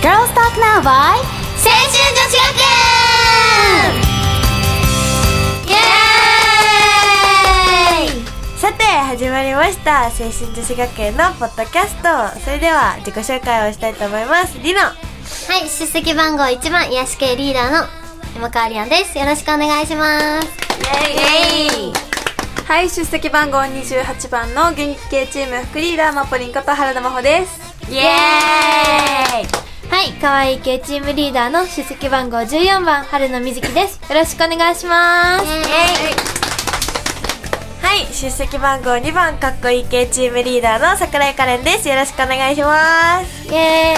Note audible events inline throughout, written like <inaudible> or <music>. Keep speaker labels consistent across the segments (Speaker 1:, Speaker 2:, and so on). Speaker 1: Girls Talk Now by
Speaker 2: 青春女子学園イエーイ
Speaker 1: さて始まりました青春女子学園のポッドキャストそれでは自己紹介をしたいと思いますりの
Speaker 2: はい、出席番号1番、癒し系リーダーの山川りあんです。よろしくお願いします。イエーイ
Speaker 3: はい、出席番号28番の元気系チーム副リーダーマポリンこと原田真帆です。
Speaker 2: イエーイはい、可愛い系チームリーダーの出席番号14番、春野みずきです。よろしくお願いします。イエーイ
Speaker 1: はい出席番号2番かっこいい系チームリーダーの桜井かれんですよろしくお願いします
Speaker 2: イエ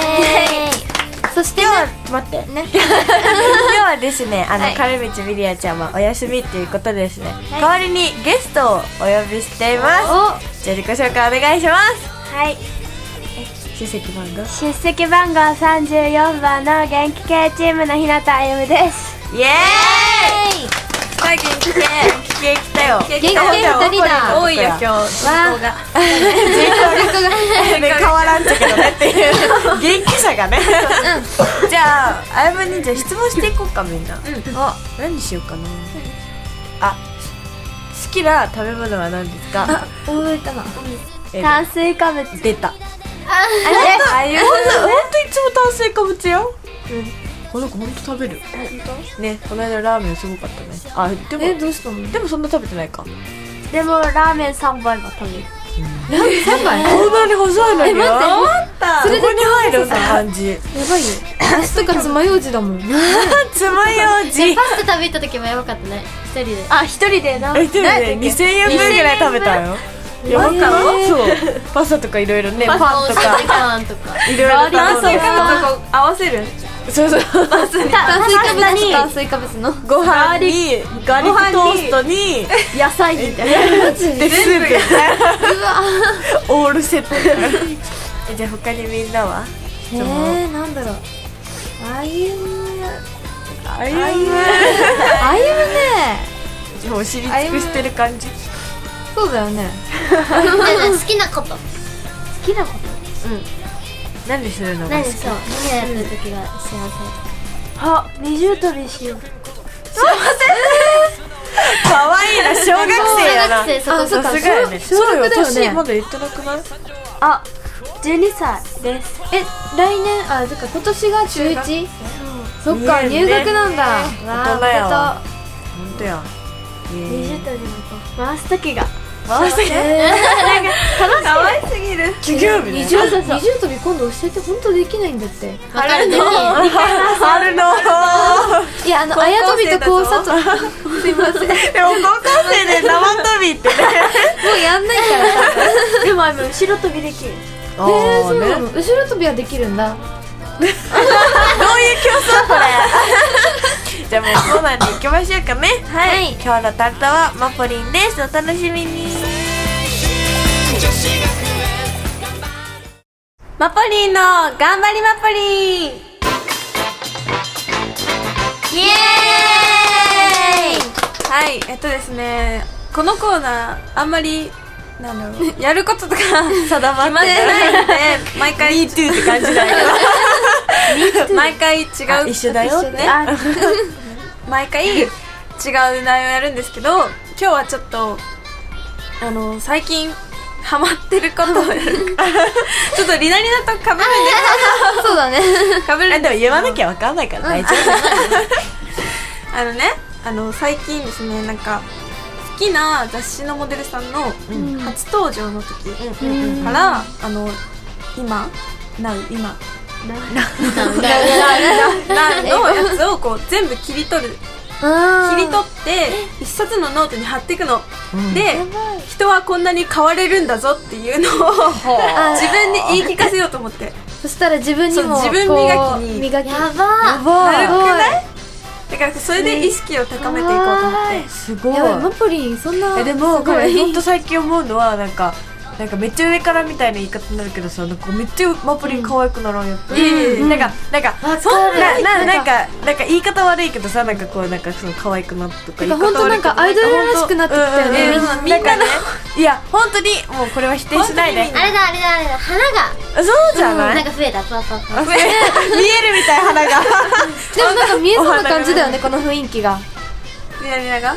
Speaker 2: ーイそして
Speaker 1: 今
Speaker 2: ね、
Speaker 1: 日は待 <laughs> って
Speaker 2: <laughs> ね、
Speaker 1: 今日はですねあの、
Speaker 2: はい
Speaker 1: 軽道みりあちゃんはお休みっていうことですね、代わりにゲストをお呼びしていま
Speaker 2: お
Speaker 1: すじゃあ自己紹介お願いします
Speaker 3: はい、
Speaker 1: 出席番号
Speaker 3: 出席番号34番の元気系チームの日向歩夢です。
Speaker 1: イエーイはい元気系元気系来たよ
Speaker 2: 気
Speaker 3: 元
Speaker 2: 系二人だ
Speaker 3: 多いよ今日。
Speaker 2: わ
Speaker 3: 学校が。
Speaker 1: ね、変わらんちゃけどねっていう元気さがねじゃああやむにじゃあ質問していこうかみんな、あ何しようかなあ好きな食べ物は何ですか
Speaker 3: 覚えたな。
Speaker 1: え
Speaker 3: 炭水化物。
Speaker 1: 出た
Speaker 3: ああいう
Speaker 1: ほんとほんといつも炭水化物よこの子ほんと食べるねこの間ラーメンすごかったねあでも
Speaker 3: え、どうしたの？
Speaker 1: でもそんな食べてないか
Speaker 3: でもラーメン3杯は食べる。
Speaker 1: こんなに細いのによ
Speaker 3: 待った
Speaker 1: そこに入るんな感じ
Speaker 3: やばいよ。明日が爪楊枝だもん。
Speaker 1: つまようじ
Speaker 2: パスタ食べ行った時もやばかったね。一人で。
Speaker 3: あ、一人でな。
Speaker 1: え一人で2000円分ぐらい食べたよやばかったそうパスタとかいろいろねパン
Speaker 2: パン
Speaker 1: と
Speaker 2: とか。
Speaker 1: か
Speaker 2: パンとか。
Speaker 1: いろいろ
Speaker 3: 炭水
Speaker 1: 食
Speaker 3: 化物と合わせる。
Speaker 1: べそうそう
Speaker 2: 炭水化物と炭水化物の。
Speaker 1: ご飯にガーリックトーストに
Speaker 3: 野菜みたいな。
Speaker 1: <laughs> でスープみたいなオールセットみたいなえ <laughs> じゃあ他にみんなは
Speaker 3: えー、なんだろう。あゆむ。
Speaker 1: あゆ
Speaker 3: あゆむね。
Speaker 1: むもう知り尽くしてる感じ
Speaker 3: そうだよね。
Speaker 2: 好きなこと。
Speaker 3: 好きなこと。
Speaker 1: 何するのが
Speaker 2: 何
Speaker 1: 好き
Speaker 2: そう。何やった時が幸せ。
Speaker 3: あ、二重跳びしよう。
Speaker 1: かわいい <laughs> な小学生やな
Speaker 2: 小学生そこ
Speaker 1: あ
Speaker 2: そこ
Speaker 1: さすがやね
Speaker 3: 小小
Speaker 1: そうよ
Speaker 3: 学だよね
Speaker 1: 年まだ言ってなくない
Speaker 3: あ、十二歳です。え、来年、あ、てか今年が中一。そっか、
Speaker 1: ね
Speaker 3: 入学なんだ。
Speaker 1: ね
Speaker 3: わ
Speaker 1: 大
Speaker 3: あ
Speaker 1: 人やわ
Speaker 3: お
Speaker 1: 本
Speaker 3: めで
Speaker 1: 当やえ
Speaker 3: とう二重
Speaker 1: ー
Speaker 3: 跳びの子。回す時が。
Speaker 1: 回して
Speaker 3: かわいすぎる。
Speaker 1: 授業日ね
Speaker 3: 二重跳び、二重跳び今度教えて、本当できないんだって。
Speaker 2: わかるね。わ
Speaker 1: <laughs> 春の
Speaker 3: いや、あの、あや跳びと交差跳び。すいません。も
Speaker 1: でも高校生で生跳びってね
Speaker 3: うやんないから。 <laughs> でも、あの、後ろ跳びできる。
Speaker 1: <laughs> あ
Speaker 3: えー、そう
Speaker 1: ど
Speaker 3: な
Speaker 1: ういう
Speaker 3: の。後ろ跳びはできるんだ。
Speaker 1: 競争これじゃあもうコーナーに行きましょうかねはい今日の担当はマポリンですお楽しみに
Speaker 3: マポリンの頑張りマポリン
Speaker 2: イエーイ
Speaker 3: はいえっとですねこのコーナーあんまりなんだ <laughs> ろうやることとか定まってないので毎回
Speaker 1: Me too って感じだよ
Speaker 3: 毎回違
Speaker 1: あ
Speaker 3: う
Speaker 1: 一緒だよね
Speaker 3: あ毎回違う内容やるんですけど今日はちょっとあの最近ハマってることを <laughs> ちょっとリナリナとかぶる
Speaker 2: そうだね。
Speaker 3: んでかぶ
Speaker 1: あ
Speaker 3: るん
Speaker 1: で
Speaker 3: で
Speaker 1: も言わなきゃわかんないから大丈
Speaker 3: あのねあの最近ですねなんか好きな雑誌のモデルさんの初登場の時から、あの今なう今なうのやつをこう全部切り取る切り取って一冊のノートに貼っていくの、
Speaker 1: ん
Speaker 3: で人はこんなに変われるんだぞっていうのを
Speaker 1: 夫
Speaker 3: 自分に言い聞かせようと思って
Speaker 2: そしたら自分
Speaker 3: にも
Speaker 2: 自分
Speaker 3: こ
Speaker 2: 磨
Speaker 3: う
Speaker 2: きに
Speaker 3: 磨き
Speaker 2: やばー
Speaker 3: なる
Speaker 1: わ
Speaker 3: くないだからそれで意識を高めていこうと思って、
Speaker 1: すごい
Speaker 2: やばいマポリンそんな
Speaker 1: えでもこれ本当最近思うのはなんかなんかめっちゃ上からみたいな言い方になるけどさなんかめっちゃマプリン可愛くならんやっぱり、
Speaker 3: うん
Speaker 1: なんかなんか
Speaker 2: わ
Speaker 1: そん
Speaker 2: かる
Speaker 1: なな
Speaker 2: な
Speaker 1: なんん
Speaker 2: か
Speaker 1: かなんか言い方悪いけどさなんかこうなんかその可愛くなったとか言
Speaker 2: て
Speaker 1: い方
Speaker 2: か本当なんかアイドルらしくなってきたよね
Speaker 1: うんうんうん、みんなねいや本当にもうこれは否定しないで
Speaker 4: あれだあれだあれだ花が
Speaker 1: そうじゃない、
Speaker 4: なんか増えたパワパワパワ
Speaker 1: 見えるみたい花が
Speaker 2: でもなんか見えそうな感じだよねこの雰囲気が
Speaker 3: みなみなが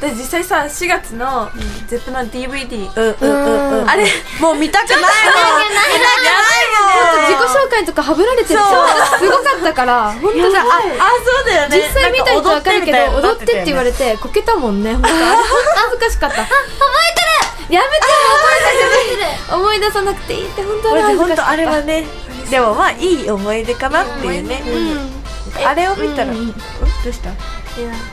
Speaker 3: で実際さ4月の ZEP の DVD
Speaker 1: うんうんうんうん
Speaker 3: あれ
Speaker 1: もう見たくないもん
Speaker 2: 自己紹介とかはぶられてるすごかったから本当さ
Speaker 1: あそうだよね
Speaker 2: 実際見た人わかるけど
Speaker 1: なん
Speaker 2: 踊ってって言われてこけたもんね本当あれ恥ずかしかったあ覚えてるやめて思い出さなくていいって本当
Speaker 1: これで
Speaker 2: に恥ず
Speaker 1: 本
Speaker 2: かし
Speaker 1: 当
Speaker 2: か
Speaker 1: あれは
Speaker 2: っ
Speaker 1: ねでもまあいい思い出かなっていうねあれを見たら
Speaker 2: うんう
Speaker 1: ん
Speaker 2: ん
Speaker 1: どうした
Speaker 2: た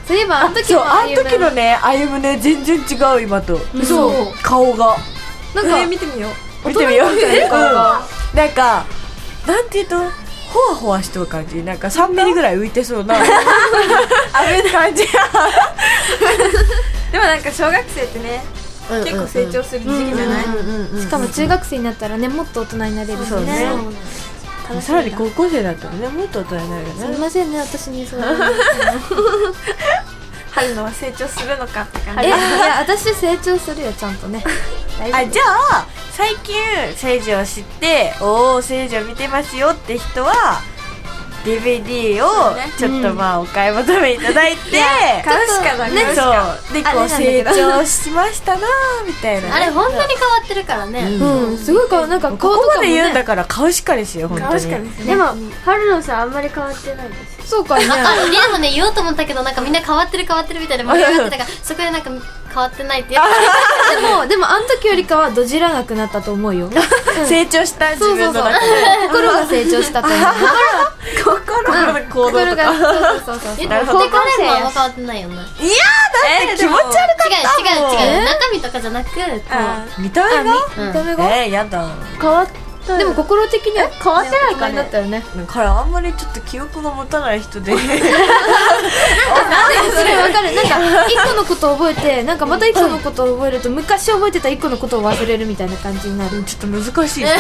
Speaker 2: そういえばあの時
Speaker 1: そう
Speaker 2: の
Speaker 1: あ
Speaker 2: あ
Speaker 1: の時のね歩むね全然違う今と
Speaker 2: そう
Speaker 1: 顔が
Speaker 2: なん
Speaker 3: 上
Speaker 2: か
Speaker 3: 見てみよう
Speaker 1: 見てみよう
Speaker 2: 大人なんじゃない顔が
Speaker 1: うんなんかなんていうとほわほわしとる感じなんか3ミリぐらい浮いてそう
Speaker 2: <laughs>
Speaker 1: な歩い感じ
Speaker 3: でもなんか小学生ってね結構成長する時期じゃない
Speaker 2: しかも中学生になったらねもっと大人になれるし
Speaker 1: そうね
Speaker 2: ね
Speaker 1: もさらに高校生だったらねもっと大人になるよ
Speaker 2: すみ
Speaker 1: ね
Speaker 2: ませんね私にそう
Speaker 3: 春のは成長するのかって感
Speaker 2: え
Speaker 3: じ
Speaker 2: いや私成長するよちゃんとね
Speaker 1: あじゃあ最近聖女を知って「おお聖女見てますよ」って人は DVD
Speaker 3: そ
Speaker 1: を
Speaker 3: うね
Speaker 1: ちょっとまあお買い求めいただいて、
Speaker 3: 買うしかない
Speaker 1: ね、そうでこ
Speaker 2: あ
Speaker 1: う
Speaker 2: れなんだけ
Speaker 1: 成
Speaker 2: ど
Speaker 1: 長しましたなーみたいなね
Speaker 4: あれ本当に変わってるからね
Speaker 2: うんすごい顔なんか
Speaker 1: こ
Speaker 2: 顔と
Speaker 1: こ
Speaker 2: か
Speaker 1: ま
Speaker 2: も
Speaker 1: で言うんだ
Speaker 2: ね
Speaker 1: から顔しかですよ本当に
Speaker 3: 買うしかですね
Speaker 5: でも、春野さんあんまり変わってないです。
Speaker 2: そうかね
Speaker 4: あでもね言おうと思ったけどなんかみんな変わってる変わってるみたいで盛り上がってたからそこでなんか変わってないって言って
Speaker 2: でもでもあの時よりかはどじらなくなったと思うよ
Speaker 1: 成長した自
Speaker 2: そう
Speaker 1: 分
Speaker 2: そ
Speaker 1: の
Speaker 2: うそう
Speaker 1: 中で
Speaker 2: 心が成長したと思う
Speaker 1: 心の行動とか、
Speaker 2: 心
Speaker 1: いや
Speaker 2: がそうそうそうそう
Speaker 4: 言って
Speaker 1: なるほ
Speaker 4: カ
Speaker 1: ど
Speaker 4: レンもあんま変わってないよね
Speaker 1: ーだって気持ち悪かったもん
Speaker 4: 違う違う違う中身とかじゃなくこ
Speaker 3: あ
Speaker 1: 見た目が
Speaker 4: う、うん
Speaker 2: 見た目が
Speaker 1: えー、やだ
Speaker 5: 変わった。
Speaker 2: でも、心的には変わってない感じだったよね
Speaker 1: からあんまりちょっと記憶が持たない人で
Speaker 2: それわかるなんか一個のことを覚えてなんかまた一個のことを覚えると昔覚えてた一個のことを忘れるみたいな感じになる
Speaker 1: ちょっと難しい
Speaker 5: 算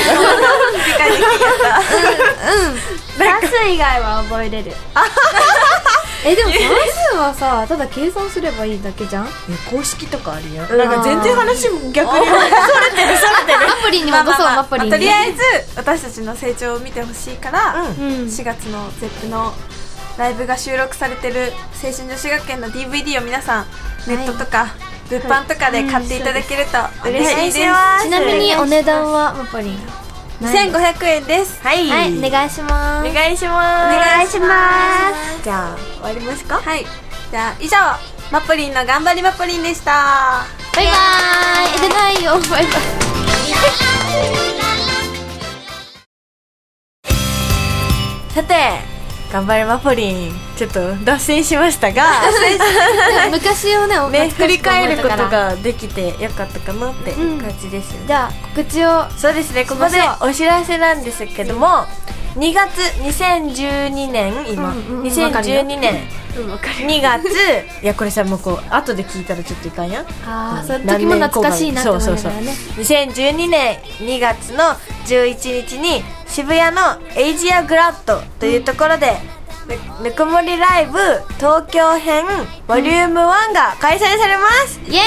Speaker 5: 数以外は覚えれる。
Speaker 2: えでも算数はさただ計算すればいいだけじゃん
Speaker 1: 公式とかあるやんなんか全然話も逆にそれてるそれてる
Speaker 2: アプリに戻そうマプリに
Speaker 3: とりあえず私たちの成長を見てほしいから、
Speaker 1: うん
Speaker 2: うん
Speaker 3: 4月の ZEP のライブが収録されてる青春女子学園の DVD を皆さんネットとか物販とかで買っていただけると嬉しいです,、
Speaker 2: ちなみにお値段はマプリン
Speaker 3: 2500円です
Speaker 1: はい、
Speaker 2: はいお願いしま
Speaker 1: <laughs> お
Speaker 2: す
Speaker 1: 願いします
Speaker 3: お願いします
Speaker 1: じゃあ終わりますか
Speaker 3: はいじゃあ以上マポリンの頑張りマポリンでした
Speaker 2: バイバーイ出ないよバイバイ
Speaker 1: さて頑張れマポリンちょっと脱線しましたが
Speaker 2: 昔を <laughs> ね
Speaker 1: ね
Speaker 2: ね
Speaker 1: 振り返ることができてよかったかなっていう感じですよね、
Speaker 2: じゃあ告知を
Speaker 1: そうですねここでお知らせなんですけども2月2012年今、
Speaker 2: うんうん
Speaker 1: 2012年2月いやこれさもうこう後で聞いたらちょっといかんや
Speaker 2: ああその時も懐かしいなって思いながらね
Speaker 1: 2012年2月の11日に渋谷のエイジアグラッドというところで、ぬぬくもりライブ東京編ボリューム1が開催されます、
Speaker 4: イエ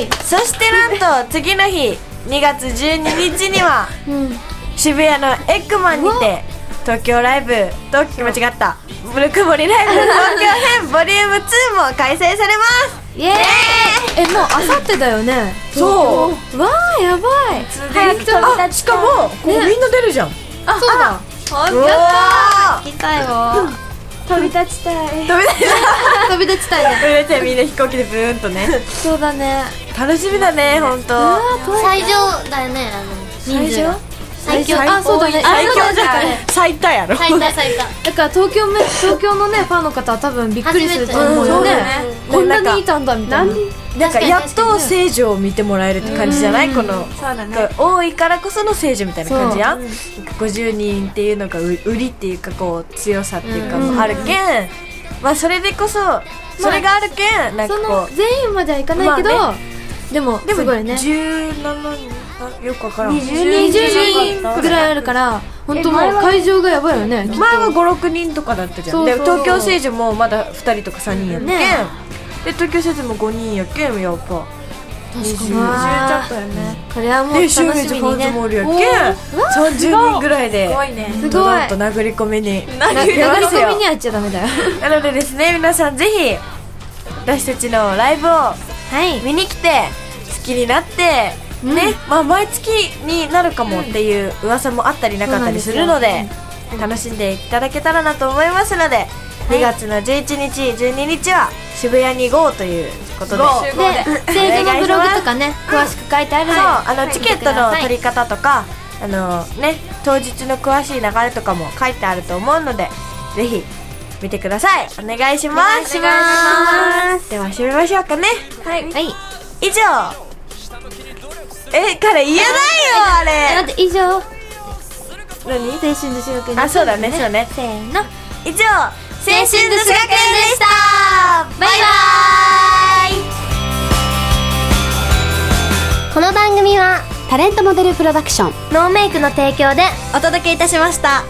Speaker 4: ーイ
Speaker 1: そしてなんと次の日2月12日には渋谷のエッグマンにて東京ライブ東京間違ったブルクボリライブ東京編ボリューム2も開催されます
Speaker 2: イエーイえもうあさってだよね
Speaker 1: そう
Speaker 2: わーやばい早くちょっと
Speaker 1: あしかもこうみんな出るじゃん
Speaker 2: あそうだ
Speaker 1: うわ
Speaker 4: 行きたいわ
Speaker 5: 飛び立ちたい。
Speaker 1: ー飛び出し
Speaker 2: 飛び出ちたいね
Speaker 1: た飛び出てみんな飛行機でブーンと <laughs> ね
Speaker 2: そうだね
Speaker 1: 楽しみだね本当
Speaker 2: あ遠い
Speaker 4: 最上だよねあの人数が最強
Speaker 2: あそうだね
Speaker 1: 最強じゃ
Speaker 2: あそうだ
Speaker 1: ん
Speaker 2: ね
Speaker 1: 最多やろ
Speaker 4: 最多最多
Speaker 2: だから東京め東京のねファンの方は多分びっくりすると思うよね
Speaker 3: 初め
Speaker 1: てうん
Speaker 2: こ
Speaker 1: そうんだね
Speaker 2: なにいたんだみたいな
Speaker 1: <laughs> なんか
Speaker 4: 確かに
Speaker 1: やっ
Speaker 4: 確か
Speaker 1: と
Speaker 4: に
Speaker 1: 聖女を見てもらえるって感じじゃないこの
Speaker 3: そうだね
Speaker 1: なんか多いからこその聖女みたいな感じやんなんか50人っていうのが売売りっていうかこう強さっていうかもあるけんまあそれでこそそれがあるけんなんか
Speaker 2: そ
Speaker 1: こ
Speaker 2: の全員まではいかないけど、
Speaker 1: まあ
Speaker 2: でも
Speaker 1: うですも
Speaker 2: ごいね
Speaker 1: 17人
Speaker 2: 20
Speaker 1: あよくわからん
Speaker 5: 20
Speaker 2: 人ぐらいあるから本当もう
Speaker 5: 前は
Speaker 2: 会場がやばいよね
Speaker 1: 前は56人とかだったじゃん
Speaker 2: そうそう
Speaker 1: で東京聖女もまだ2人とか3人やっけん、
Speaker 2: ね
Speaker 1: で東京聖女も5人やっけんやっぱ
Speaker 2: 確かに
Speaker 3: ちょ
Speaker 2: わ
Speaker 3: っとよね
Speaker 2: ーこれはもう
Speaker 1: で
Speaker 2: 楽し
Speaker 1: 周平
Speaker 2: み
Speaker 1: ジ
Speaker 2: に
Speaker 1: ファンズ
Speaker 2: ね
Speaker 1: もおるやっけん30人ぐらいです
Speaker 3: ごいね
Speaker 2: す
Speaker 1: ド
Speaker 2: ごい
Speaker 1: ドンと殴り込みに
Speaker 2: な
Speaker 1: り
Speaker 2: 流れ
Speaker 1: ますよ
Speaker 2: 込みにはやっちゃダメだよ
Speaker 1: <laughs> なのでですね皆さんぜひ私たちのライブを
Speaker 2: はい
Speaker 1: 見に来て好きになって、ねまあ毎月になるかもっていう噂もあったりなかったりするので,、楽しんでいただけたらなと思いますので、2月の11日12日は渋谷に GO ということで。
Speaker 3: GO
Speaker 2: で聖女のブログとかね
Speaker 1: お願
Speaker 2: 詳
Speaker 1: い
Speaker 2: し
Speaker 1: し
Speaker 2: く書いてある
Speaker 1: そう、あのチケットの取
Speaker 2: り
Speaker 1: り方とか、あのね当日の詳しい流れとかも書いてあると思うのでぜひ見てくださいお願いします
Speaker 2: お願
Speaker 1: では締めましょうかね
Speaker 2: はいはい
Speaker 1: 以上え彼言えないよあ
Speaker 2: え
Speaker 1: れ
Speaker 2: 待って以上青
Speaker 1: 何
Speaker 2: 春女子学園
Speaker 1: あそうだねそうね
Speaker 2: せーの
Speaker 1: 以上青春女子学園でした
Speaker 4: バイバイこの番組はタレントモデルプロダクションノーメイクの提供で
Speaker 6: お届けいたしました